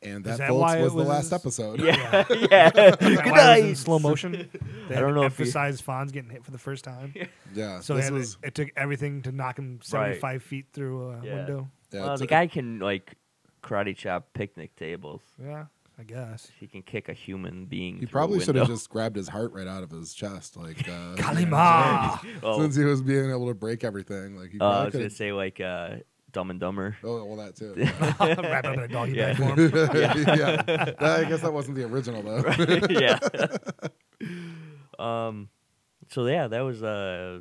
Speaker 9: And
Speaker 10: Is
Speaker 9: that,
Speaker 10: that
Speaker 9: folks
Speaker 10: why it
Speaker 9: was, the
Speaker 10: was-
Speaker 9: last episode.
Speaker 8: Yeah, yeah.
Speaker 10: Is that
Speaker 8: (laughs) Good
Speaker 10: why it was in
Speaker 8: night.
Speaker 10: slow
Speaker 8: (laughs)
Speaker 10: motion. They
Speaker 8: I don't know if you-
Speaker 10: emphasize Fonz getting hit for the first
Speaker 8: (laughs)
Speaker 10: time.
Speaker 9: (laughs) yeah.
Speaker 10: So they
Speaker 9: this
Speaker 10: had
Speaker 9: was
Speaker 10: it, it took everything to knock him 75 feet through a
Speaker 8: Yeah.
Speaker 10: window.
Speaker 9: Yeah,
Speaker 8: well,
Speaker 9: it's
Speaker 8: the
Speaker 9: a-
Speaker 8: guy can like karate chop picnic tables.
Speaker 10: Yeah, I guess.
Speaker 8: He can kick a human being.
Speaker 9: He
Speaker 8: through a
Speaker 9: probably should have
Speaker 8: window.
Speaker 9: just grabbed his heart right out of his chest, like
Speaker 10: (laughs)
Speaker 9: uh,
Speaker 10: Kalima! (laughs)
Speaker 8: (laughs) Oh,
Speaker 9: Since he was being able to break everything, like he
Speaker 8: uh, I
Speaker 9: probably
Speaker 8: was gonna
Speaker 9: could.
Speaker 8: say like uh, Dumb and Dumber.
Speaker 9: (laughs) Oh, well,
Speaker 8: (laughs)
Speaker 9: that too.
Speaker 10: Wrap up in a doggy
Speaker 8: Yeah.
Speaker 10: bag form.
Speaker 9: (laughs) yeah.
Speaker 8: (laughs)
Speaker 9: I guess that wasn't the original though.
Speaker 8: yeah. (laughs) um. So yeah, that was uh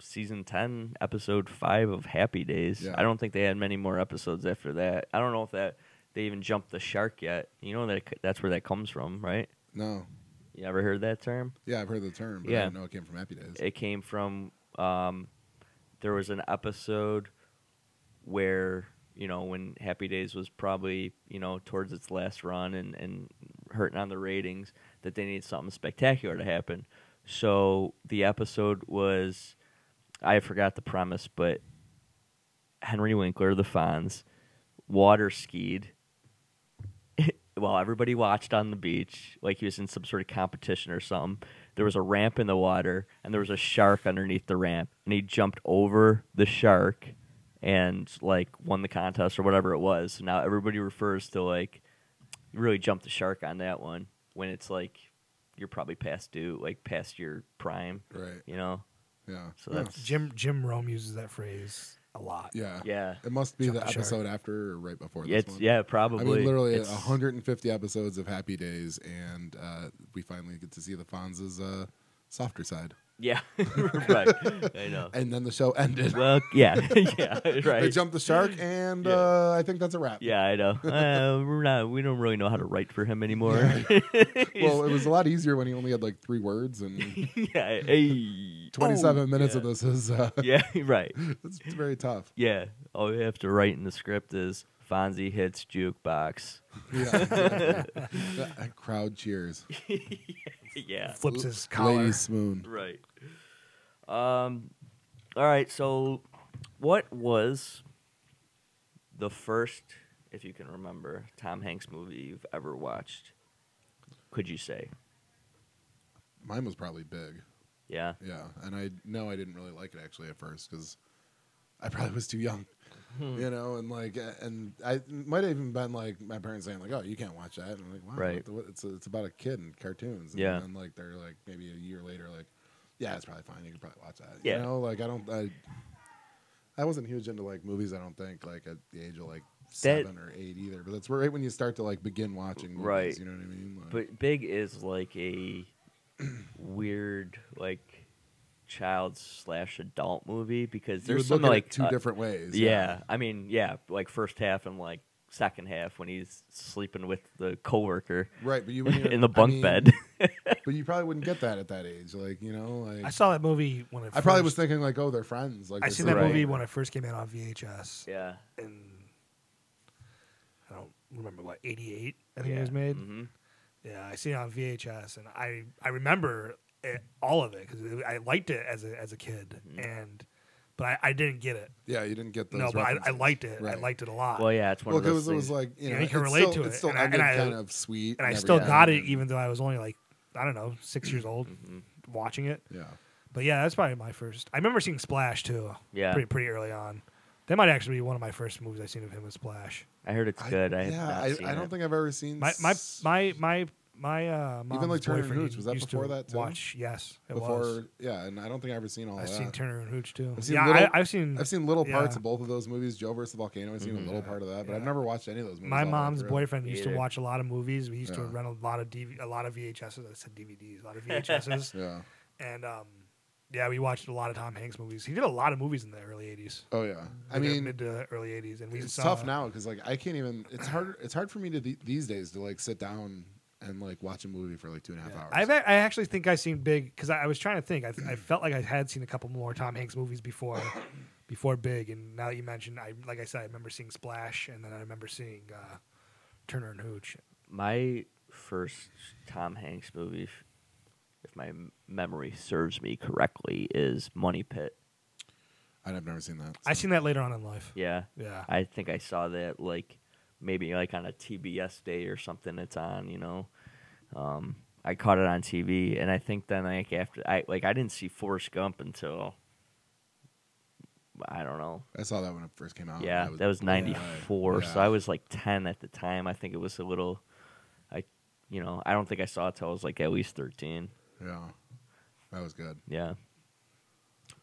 Speaker 8: season ten, episode five of Happy Days.
Speaker 9: Yeah.
Speaker 8: I don't think they had many more episodes after that. I don't know if that they even jumped the shark yet. You know that that's where that comes from, right?
Speaker 9: (laughs) No.
Speaker 8: You ever heard that term?
Speaker 9: Yeah, I've heard the term, but
Speaker 8: Yeah.
Speaker 9: I didn't know it came from Happy Days.
Speaker 8: It came from um, there was an episode where you know when Happy Days was probably you know towards its last run and and hurting on the ratings that they needed something spectacular to happen. So the episode was, I forgot the premise, but Henry Winkler, the Fonz, water skied while everybody watched on the beach, like he was in some sort of competition or something. There was a ramp in the water, and there was a shark underneath the ramp, and he jumped over the shark and like won the contest or whatever it was. So now everybody refers to like you really jumped the shark on that one when it's like you're probably past due, like past your prime,
Speaker 9: Right.
Speaker 8: you know.
Speaker 9: Yeah.
Speaker 8: So that's
Speaker 10: Jim Jim Rome uses that phrase a lot.
Speaker 9: Yeah.
Speaker 8: yeah,
Speaker 9: It must be
Speaker 10: Jump
Speaker 9: the
Speaker 10: the shark.
Speaker 9: episode after or right before
Speaker 8: yeah,
Speaker 9: this
Speaker 8: it's,
Speaker 9: one.
Speaker 8: yeah,
Speaker 9: I
Speaker 8: probably.
Speaker 9: mean, literally
Speaker 8: It's-
Speaker 9: 150 episodes of Happy Days, and uh, we finally get to see the Fonz's uh, softer side.
Speaker 8: (laughs) Yeah, (laughs) right. I know.
Speaker 9: And then the show ended.
Speaker 8: Well, yeah, (laughs) yeah,
Speaker 9: (laughs) They
Speaker 8: right.
Speaker 9: jumped
Speaker 8: (gasps)
Speaker 9: the shark, and
Speaker 8: Yeah.
Speaker 9: uh, I think that's a wrap.
Speaker 8: Yeah, I know. Uh, we're not. We don't really know how to write for him anymore. (laughs)
Speaker 9: Well, it was a lot easier when he only had like three words, and
Speaker 8: yeah. hey.
Speaker 9: 27 minutes
Speaker 8: Oh, yeah.
Speaker 9: of this is uh,
Speaker 8: Yeah. (laughs) Right.
Speaker 9: (laughs) it's
Speaker 8: (laughs)
Speaker 9: very tough.
Speaker 8: Yeah. All you have to write in the script is Fonzie hits jukebox. (laughs)
Speaker 9: Yeah, (laughs) exactly. That crowd cheers.
Speaker 8: yeah.
Speaker 10: Flips his collar.
Speaker 9: Lady Smoon.
Speaker 8: Right. Um. All right. So, what was the first, if you can remember, Tom Hanks movie you've ever watched? Could you say?
Speaker 9: Mine was probably big.
Speaker 8: Yeah.
Speaker 9: Yeah, and I know I didn't really like it actually at first because I probably was too young,
Speaker 8: Hmm.
Speaker 9: you know, and like, uh, and I might have even been like my parents saying like, "Oh, you can't watch that," and I'm like, "Wow,
Speaker 8: Right.
Speaker 9: what the- what- it's it's about a kid and cartoons." And
Speaker 8: Yeah.
Speaker 9: then like they're like maybe a year later, like, "Yeah, it's probably fine. You can probably watch that."
Speaker 8: Yeah.
Speaker 9: you know, like I don't, I, I wasn't huge into like movies. I don't think like at the age of like
Speaker 8: That-
Speaker 9: seven or eight either. But that's right when you start to like begin watching, movies,
Speaker 8: Right.
Speaker 9: You know what I mean? Like,
Speaker 8: But Big is like a weird, like child slash adult movie because
Speaker 9: you
Speaker 8: there's
Speaker 9: would
Speaker 8: some
Speaker 9: look at
Speaker 8: like
Speaker 9: it two
Speaker 8: uh,
Speaker 9: different ways.
Speaker 8: Yeah. I mean, yeah, like first half and like second half when he's sleeping with the coworker
Speaker 9: Right, but you wouldn't-
Speaker 8: (laughs) in the
Speaker 9: I
Speaker 8: bunk
Speaker 9: mean, (laughs)
Speaker 8: bed.
Speaker 9: But you probably wouldn't get that at that age. Like, you know, like
Speaker 10: I
Speaker 9: I,
Speaker 10: saw that movie when it
Speaker 9: probably
Speaker 10: first-
Speaker 9: was thinking like, oh, they're friends. Like
Speaker 10: I
Speaker 9: they're
Speaker 10: seen
Speaker 9: so
Speaker 10: that
Speaker 8: Right.
Speaker 10: movie when it first came out on VHS,
Speaker 8: yeah.
Speaker 10: and I don't remember what '88 I think
Speaker 8: yeah.
Speaker 10: it was made.
Speaker 9: Mm-hmm.
Speaker 8: hmm
Speaker 10: Yeah, I seen it on VHS, and I I remember it, all of it because I liked it as a as a kid,
Speaker 9: Mm-hmm.
Speaker 10: and but I, I didn't get it.
Speaker 9: Yeah, you didn't get those.
Speaker 10: no, but I, I
Speaker 9: references.
Speaker 10: liked it.
Speaker 9: Right.
Speaker 10: I liked it a lot.
Speaker 8: Well, yeah, it's one
Speaker 9: Well,
Speaker 8: of those
Speaker 9: because it was
Speaker 8: things-
Speaker 9: like you
Speaker 10: Yeah,
Speaker 9: know,
Speaker 10: you can
Speaker 9: it's
Speaker 10: relate
Speaker 9: still,
Speaker 10: to
Speaker 9: It's
Speaker 10: it,
Speaker 9: still
Speaker 10: and I-
Speaker 9: ended
Speaker 10: and I-
Speaker 9: kind of sweet,
Speaker 10: and I
Speaker 9: everything,
Speaker 10: still got it,
Speaker 9: and-
Speaker 10: even though I was only like I don't know six years old
Speaker 9: Mm-hmm.
Speaker 10: watching it.
Speaker 9: Yeah,
Speaker 10: But yeah, that's probably my first. I remember seeing Splash too.
Speaker 8: Yeah.
Speaker 10: pretty pretty early on. That might actually be one of my first movies I've seen of him was Splash.
Speaker 8: I heard it's good. I, have
Speaker 9: yeah,
Speaker 8: not
Speaker 9: I,
Speaker 8: seen
Speaker 9: I don't
Speaker 8: it.
Speaker 9: think I've ever seen
Speaker 10: My my
Speaker 9: s-
Speaker 10: my my my uh, mom's
Speaker 9: like Turner and
Speaker 10: boyfriend
Speaker 9: Hooch, was that
Speaker 10: used
Speaker 9: before
Speaker 10: to
Speaker 9: that, too?
Speaker 10: Watch yes, it
Speaker 9: before.
Speaker 10: was.
Speaker 9: Yeah, and I don't think I've ever seen all
Speaker 10: I've
Speaker 9: that.
Speaker 10: seen Turner and Hooch too.
Speaker 9: I've seen
Speaker 10: yeah,
Speaker 9: little-
Speaker 10: I, I've seen.
Speaker 9: I've seen little parts
Speaker 10: yeah. Mm-hmm.
Speaker 9: of both of those movies. Joe versus the volcano. I've seen a little part of that, but I've
Speaker 10: Yeah.
Speaker 9: never watched any of those movies.
Speaker 10: My
Speaker 9: all the way
Speaker 10: mom's
Speaker 9: through.
Speaker 10: boyfriend used to
Speaker 8: Either.
Speaker 10: watch a lot of movies. We used to
Speaker 9: Yeah.
Speaker 10: rent a lot of DV, a lot of VHSs. I said DVDs, a lot of VHSs,
Speaker 9: (laughs) Yeah.
Speaker 10: and um, yeah, we watched a lot of Tom Hanks movies. He did a lot of movies in the early '80s.
Speaker 9: Oh yeah. I
Speaker 10: Mid-
Speaker 9: mean,
Speaker 10: mid to early '80s, and we
Speaker 9: it's
Speaker 10: saw,
Speaker 9: tough now because like I can't even. It's hard. It's hard for me to the, these days to like sit down and like watch a movie for like two and a half hours.
Speaker 10: I've, ac- I actually think I seen Big because I, I was trying to think. I, I felt like I had seen a couple more Tom Hanks movies before, (coughs) before Big. And now that you mentioned, I like I said, I remember seeing Splash, and then I remember seeing uh, Turner and Hooch.
Speaker 8: my first Tom Hanks movie, if- if my m- memory serves me correctly, is Money Pit.
Speaker 9: And I've never seen that.
Speaker 10: I seen that later on in life.
Speaker 8: Yeah,
Speaker 10: Yeah,
Speaker 8: I think I saw that like maybe like on a TBS day or something. It's on, you know. Um, I caught it on TV, and I think then like after I like I didn't see Forrest Gump until I don't know.
Speaker 9: I saw that when it first came out.
Speaker 8: yeah,
Speaker 9: I
Speaker 8: Oh, that was
Speaker 9: blown
Speaker 8: ninety four,
Speaker 9: away.
Speaker 8: so
Speaker 9: Yeah.
Speaker 8: I was like ten at the time. I think it was a little, I, you know, I don't think I saw it till I was like at least thirteen.
Speaker 9: Yeah, that was good.
Speaker 8: Yeah,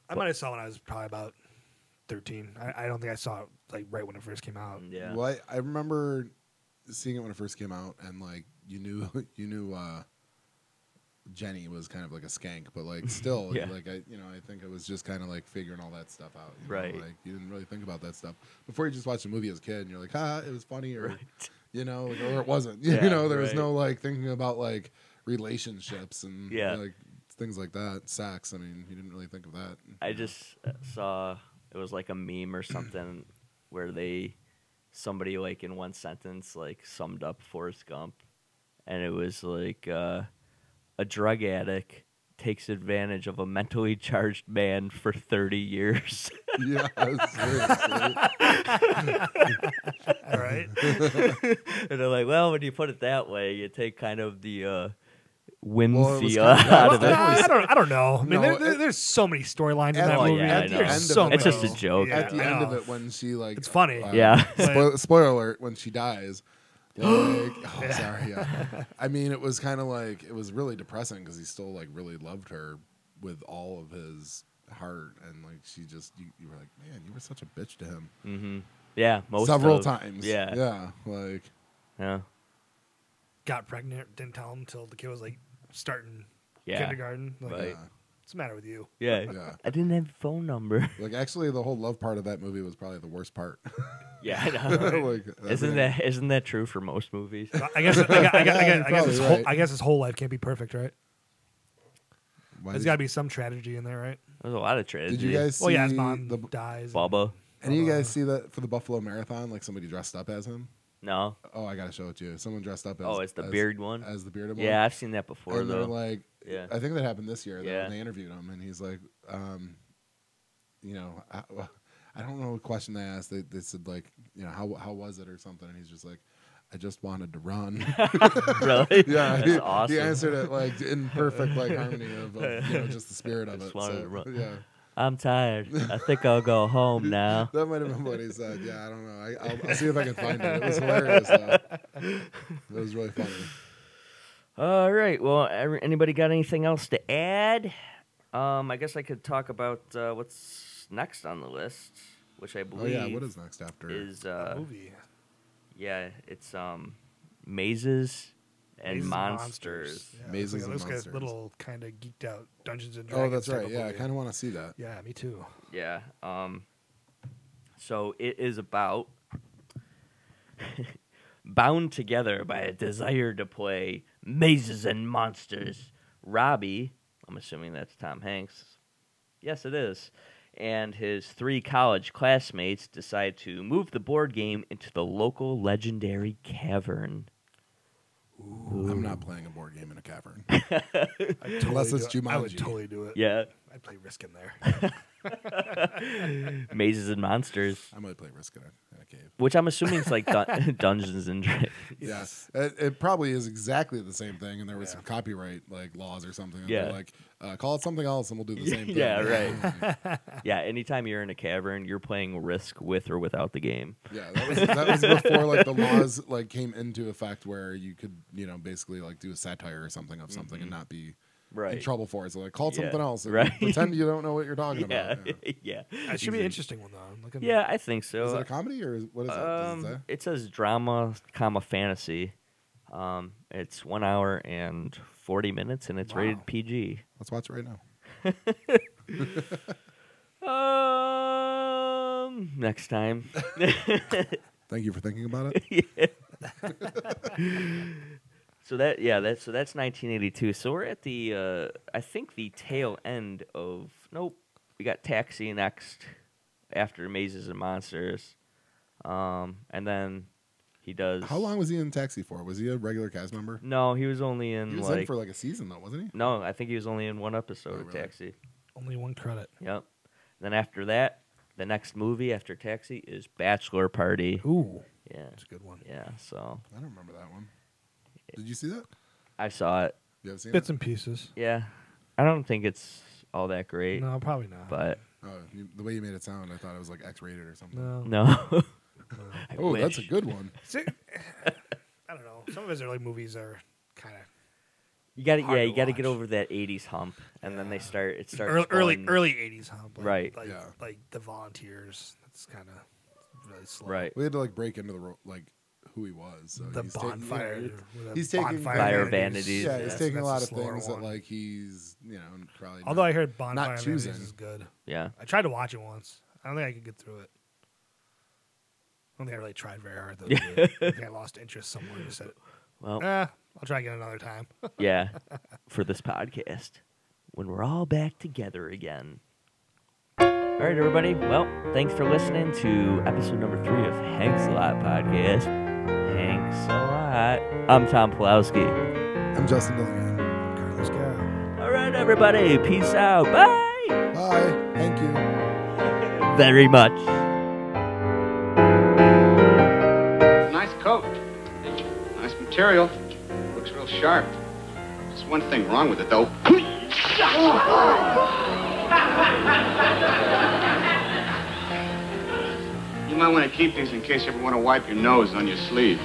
Speaker 10: I might have saw it when I was probably about thirteen. I, I don't think I saw it like right when it first came out.
Speaker 8: yeah,
Speaker 9: Well, I, I remember seeing it when it first came out, and like you knew, (laughs) you knew uh, Jenny was kind of like a skank,
Speaker 8: (laughs)
Speaker 9: but like still,
Speaker 8: Yeah.
Speaker 9: like I, you know, I think it was just kind of like figuring all that stuff out. you know,
Speaker 8: Right.
Speaker 9: Like you didn't really think about that stuff before. You just watched a movie as a kid, and you're like, ah, it was funny, or
Speaker 8: (laughs)
Speaker 9: you know, like, or it wasn't. (laughs)
Speaker 8: Yeah,
Speaker 9: you know, there was
Speaker 8: right.
Speaker 9: no like thinking about like relationships and
Speaker 8: Yeah.
Speaker 9: like things like that. Sex. I mean, you didn't really think of
Speaker 8: (laughs)
Speaker 9: that. (laughs)
Speaker 8: I just uh, saw it was like a meme or something where they somebody like in one sentence like summed up Forrest Gump, and it was like uh, a drug addict takes advantage of a mentally charged man for 30 years. (laughs)
Speaker 9: Yeah, (laughs) seriously.
Speaker 10: All
Speaker 9: (laughs)
Speaker 10: right.
Speaker 8: and they're like, well, when you put it that way, you take kind of the uh, whimsy
Speaker 9: Well, it was
Speaker 8: uh, (laughs)
Speaker 9: kind of-
Speaker 8: out
Speaker 10: Well,
Speaker 8: of
Speaker 10: no,
Speaker 8: it.
Speaker 10: I don't. I don't know. I mean,
Speaker 9: No,
Speaker 10: there, there-
Speaker 9: it-
Speaker 10: there's so many storylines in
Speaker 9: At
Speaker 10: that
Speaker 9: the-
Speaker 10: movie.
Speaker 8: at the
Speaker 10: there's
Speaker 8: end
Speaker 10: so
Speaker 9: of it,
Speaker 10: many.
Speaker 9: It's just a
Speaker 8: joke.
Speaker 10: (laughs) Yeah,
Speaker 9: At the
Speaker 10: I
Speaker 9: end
Speaker 10: know.
Speaker 9: of it, when she like
Speaker 10: It's funny.
Speaker 9: (laughs)
Speaker 8: Yeah.
Speaker 9: spoil, spoiler alert: when she
Speaker 8: (gasps)
Speaker 9: dies. Like, oh,
Speaker 8: (laughs)
Speaker 9: sorry. Yeah. I mean, it was kind of like it was really depressing because he still like really loved her with all of his heart, and like she just you, you were like, man, you were such a bitch to him
Speaker 8: Yeah, most
Speaker 9: several
Speaker 8: of-
Speaker 9: times.
Speaker 8: Yeah, yeah,
Speaker 9: yeah, like
Speaker 8: yeah.
Speaker 10: got pregnant. Didn't tell him until the kid was like starting
Speaker 8: Yeah.
Speaker 10: kindergarten. Like,
Speaker 8: Right.
Speaker 10: What's the matter with you?
Speaker 9: Yeah.
Speaker 8: I didn't have a phone number. (laughs)
Speaker 9: like actually, the whole love part of that movie was probably the worst part. (laughs)
Speaker 8: Yeah, I know. (laughs)
Speaker 9: like everything-
Speaker 8: isn't that isn't that true for most movies?
Speaker 10: I guess. I, gu- I, gu- I, gu- I
Speaker 9: You're
Speaker 10: guess his
Speaker 9: probably
Speaker 10: whole.
Speaker 9: right.
Speaker 10: I guess his whole life can't be perfect, right?
Speaker 9: Why
Speaker 10: There's
Speaker 9: did,
Speaker 10: got to be some tragedy in there, right?
Speaker 8: There's a lot of tragedy.
Speaker 9: did you guys? See
Speaker 10: Well, yeah, his mom
Speaker 9: the,
Speaker 10: dies.
Speaker 8: Bubba?
Speaker 9: Any of you guys see that for the Buffalo Marathon? Like somebody dressed up as him.
Speaker 8: No.
Speaker 9: Oh, I gotta show it to you. Someone dressed up as
Speaker 8: Oh, it's the
Speaker 9: as-
Speaker 8: beard one.
Speaker 9: as the bearded one.
Speaker 8: Yeah, I've seen that before
Speaker 9: and
Speaker 8: though.
Speaker 9: they're (laughs) like,
Speaker 8: Yeah.
Speaker 9: I think that happened this year. though,
Speaker 8: Yeah.
Speaker 9: when they interviewed him, and he's like, um, you know, I, I don't know what question they asked. They, they said like, you know, how how was it or something, and he's just like, I just wanted to run.
Speaker 8: (laughs)
Speaker 9: (laughs)
Speaker 8: really?
Speaker 9: yeah,
Speaker 8: that's
Speaker 9: he,
Speaker 8: awesome.
Speaker 9: he answered it like in perfect like harmony of, of you know just the spirit of
Speaker 8: Just
Speaker 9: it.
Speaker 8: wanted
Speaker 9: So,
Speaker 8: to run.
Speaker 9: Yeah,
Speaker 8: I'm
Speaker 9: (laughs)
Speaker 8: tired. I think I'll go home now.
Speaker 9: that might have been what he said. Yeah, I don't know. I, I'll, I'll see if I can find it. It was hilarious. though. It was really funny.
Speaker 8: All right. Well, every- anybody got anything else to add? Um, I guess I could talk about uh, what's next on the list, which I
Speaker 9: Oh
Speaker 8: believe
Speaker 9: yeah, what is next after?
Speaker 8: is uh,
Speaker 10: movie.
Speaker 8: yeah, it's um, mazes and
Speaker 10: Mazes
Speaker 8: monsters.
Speaker 10: Yeah,
Speaker 9: Mazes
Speaker 10: it's like-
Speaker 9: and
Speaker 10: it looks like
Speaker 9: Monsters.
Speaker 10: a little kind of geeked out Dungeons and
Speaker 9: oh,
Speaker 10: Dragons.
Speaker 9: that's
Speaker 10: type
Speaker 9: right.
Speaker 10: of
Speaker 9: Yeah, I
Speaker 10: movie.
Speaker 9: kind of want to see that.
Speaker 10: Yeah, me too.
Speaker 8: Yeah. Um, so it is about (laughs) bound together by a desire to play mazes and monsters. Robbie, I'm assuming that's Tom Hanks. Yes, it is. And his three college classmates decide to move the board game into the local legendary cavern.
Speaker 9: I'm not playing a board game in
Speaker 8: (laughs)
Speaker 9: a cavern.
Speaker 10: I totally
Speaker 9: Unless it's
Speaker 10: do it. I would
Speaker 9: Jumanji.
Speaker 10: totally do it.
Speaker 8: Yeah,
Speaker 10: I'd play Risk in there.
Speaker 8: mazes and monsters,
Speaker 9: I might play Risk in a, in a cave.
Speaker 8: which I'm assuming is like dun- (laughs) Dungeons and Dragons.
Speaker 9: Yes. Yeah, it, it probably is exactly the same thing, and there was some copyright like laws or something. and they're
Speaker 8: Yeah.
Speaker 9: like uh, call it something else, and we'll do the same
Speaker 8: (laughs)
Speaker 9: thing.
Speaker 8: Yeah, right.
Speaker 9: (laughs)
Speaker 8: yeah, anytime you're in a cavern, you're playing Risk with or without the game.
Speaker 9: Yeah, that was, that was before like the laws like came into effect where you could you know basically like do a satire or something of something and not be
Speaker 8: (laughs)
Speaker 9: in trouble for it. So like call it
Speaker 8: Mm-hmm. Yeah,
Speaker 9: something else, and
Speaker 8: right.
Speaker 9: Pretend you don't know what you're
Speaker 8: (laughs)
Speaker 9: talking
Speaker 8: Yeah,
Speaker 9: about. Yeah.
Speaker 8: yeah.
Speaker 10: It should be an interesting one though. I'm looking.
Speaker 8: Yeah, I think so.
Speaker 9: Is it a comedy or is, what is it? Does it
Speaker 8: Um,
Speaker 9: say?
Speaker 8: it says drama, comma fantasy. Um, it's one hour and forty minutes, and it's rated PG.
Speaker 9: Let's watch it right now.
Speaker 8: Um, next
Speaker 9: (laughs)
Speaker 8: time.
Speaker 9: Thank you for thinking about
Speaker 8: (laughs)
Speaker 9: it.
Speaker 8: So that yeah, that so that's 1982. So we're at the uh, I think the tail end of nope. We got Taxi next after Mazes and Monsters, um, and then he does.
Speaker 9: How long was he in Taxi for? Was he a regular cast member?
Speaker 8: No, he was only in
Speaker 9: He was
Speaker 8: Mm, like,
Speaker 9: in for like a season though, wasn't he?
Speaker 8: no, I think he was only in one episode
Speaker 9: Oh,
Speaker 8: of
Speaker 9: really?
Speaker 8: Taxi.
Speaker 10: Only one credit.
Speaker 8: Yep. Then after that, the next movie after Taxi is Bachelor Party.
Speaker 10: Ooh,
Speaker 8: Yeah,
Speaker 10: that's a good one.
Speaker 8: yeah. So
Speaker 9: I don't remember that one. Did you see that?
Speaker 8: I saw it.
Speaker 9: You have seen
Speaker 10: Bits
Speaker 9: it?
Speaker 10: and pieces.
Speaker 8: Yeah, I don't think it's all that great,
Speaker 10: No, probably not.
Speaker 8: but
Speaker 9: Oh, you, the way you made it sound, I thought it was like X-rated or something.
Speaker 10: no.
Speaker 9: (laughs)
Speaker 8: no. I
Speaker 9: oh, that's a
Speaker 8: wish.
Speaker 9: good one.
Speaker 8: (laughs)
Speaker 10: See, I don't know. Some of his early movies are kind of
Speaker 8: You got to
Speaker 10: hard
Speaker 8: yeah,
Speaker 10: to
Speaker 8: you got to get
Speaker 10: watch.
Speaker 8: over that '80s hump, and then they start. It starts
Speaker 10: early, early,
Speaker 8: going-
Speaker 10: early '80s, huh? Like,
Speaker 8: Right.
Speaker 10: Like,
Speaker 9: Yeah.
Speaker 10: like the Volunteers. That's kind of really slow.
Speaker 8: Right.
Speaker 9: We had to like break into the ro- like who he was. So
Speaker 10: The
Speaker 9: he's ta- you know,
Speaker 10: bonfire.
Speaker 9: you're-
Speaker 10: with the
Speaker 9: he's taking-
Speaker 10: bonfire
Speaker 8: Fire
Speaker 10: vanities.
Speaker 8: vanities,
Speaker 9: yeah,
Speaker 8: yeah.
Speaker 9: he's
Speaker 10: That's-
Speaker 9: taking a
Speaker 10: that's
Speaker 9: lot of
Speaker 10: slower
Speaker 9: things
Speaker 10: one.
Speaker 9: that like he's you know probably.
Speaker 10: Although
Speaker 9: not-
Speaker 10: I heard bonfire vanities
Speaker 9: choosing.
Speaker 10: is good.
Speaker 8: Yeah,
Speaker 10: I tried to watch it once. I don't think I could get through it. I don't think I really tried very hard though. to do it. I think I lost interest somewhere. Just said, (laughs)
Speaker 8: well,
Speaker 10: eh, I'll try again another time.
Speaker 8: yeah. For this podcast, when we're all back together again. All right, everybody. Well, thanks for listening to episode number three of Hanks a Lot podcast. Hanks a lot. I'm Tom Pulowski.
Speaker 9: I'm Justin Dillingham.
Speaker 10: Carlos Guerra.
Speaker 8: All right. right, everybody. Peace out. Bye.
Speaker 9: Bye. Thank you.
Speaker 8: Very much.
Speaker 2: Nice coat. Nice material. Looks real sharp. There's one thing wrong with it, (laughs) though. You might want to keep these in case you ever want to wipe your nose on your sleeve.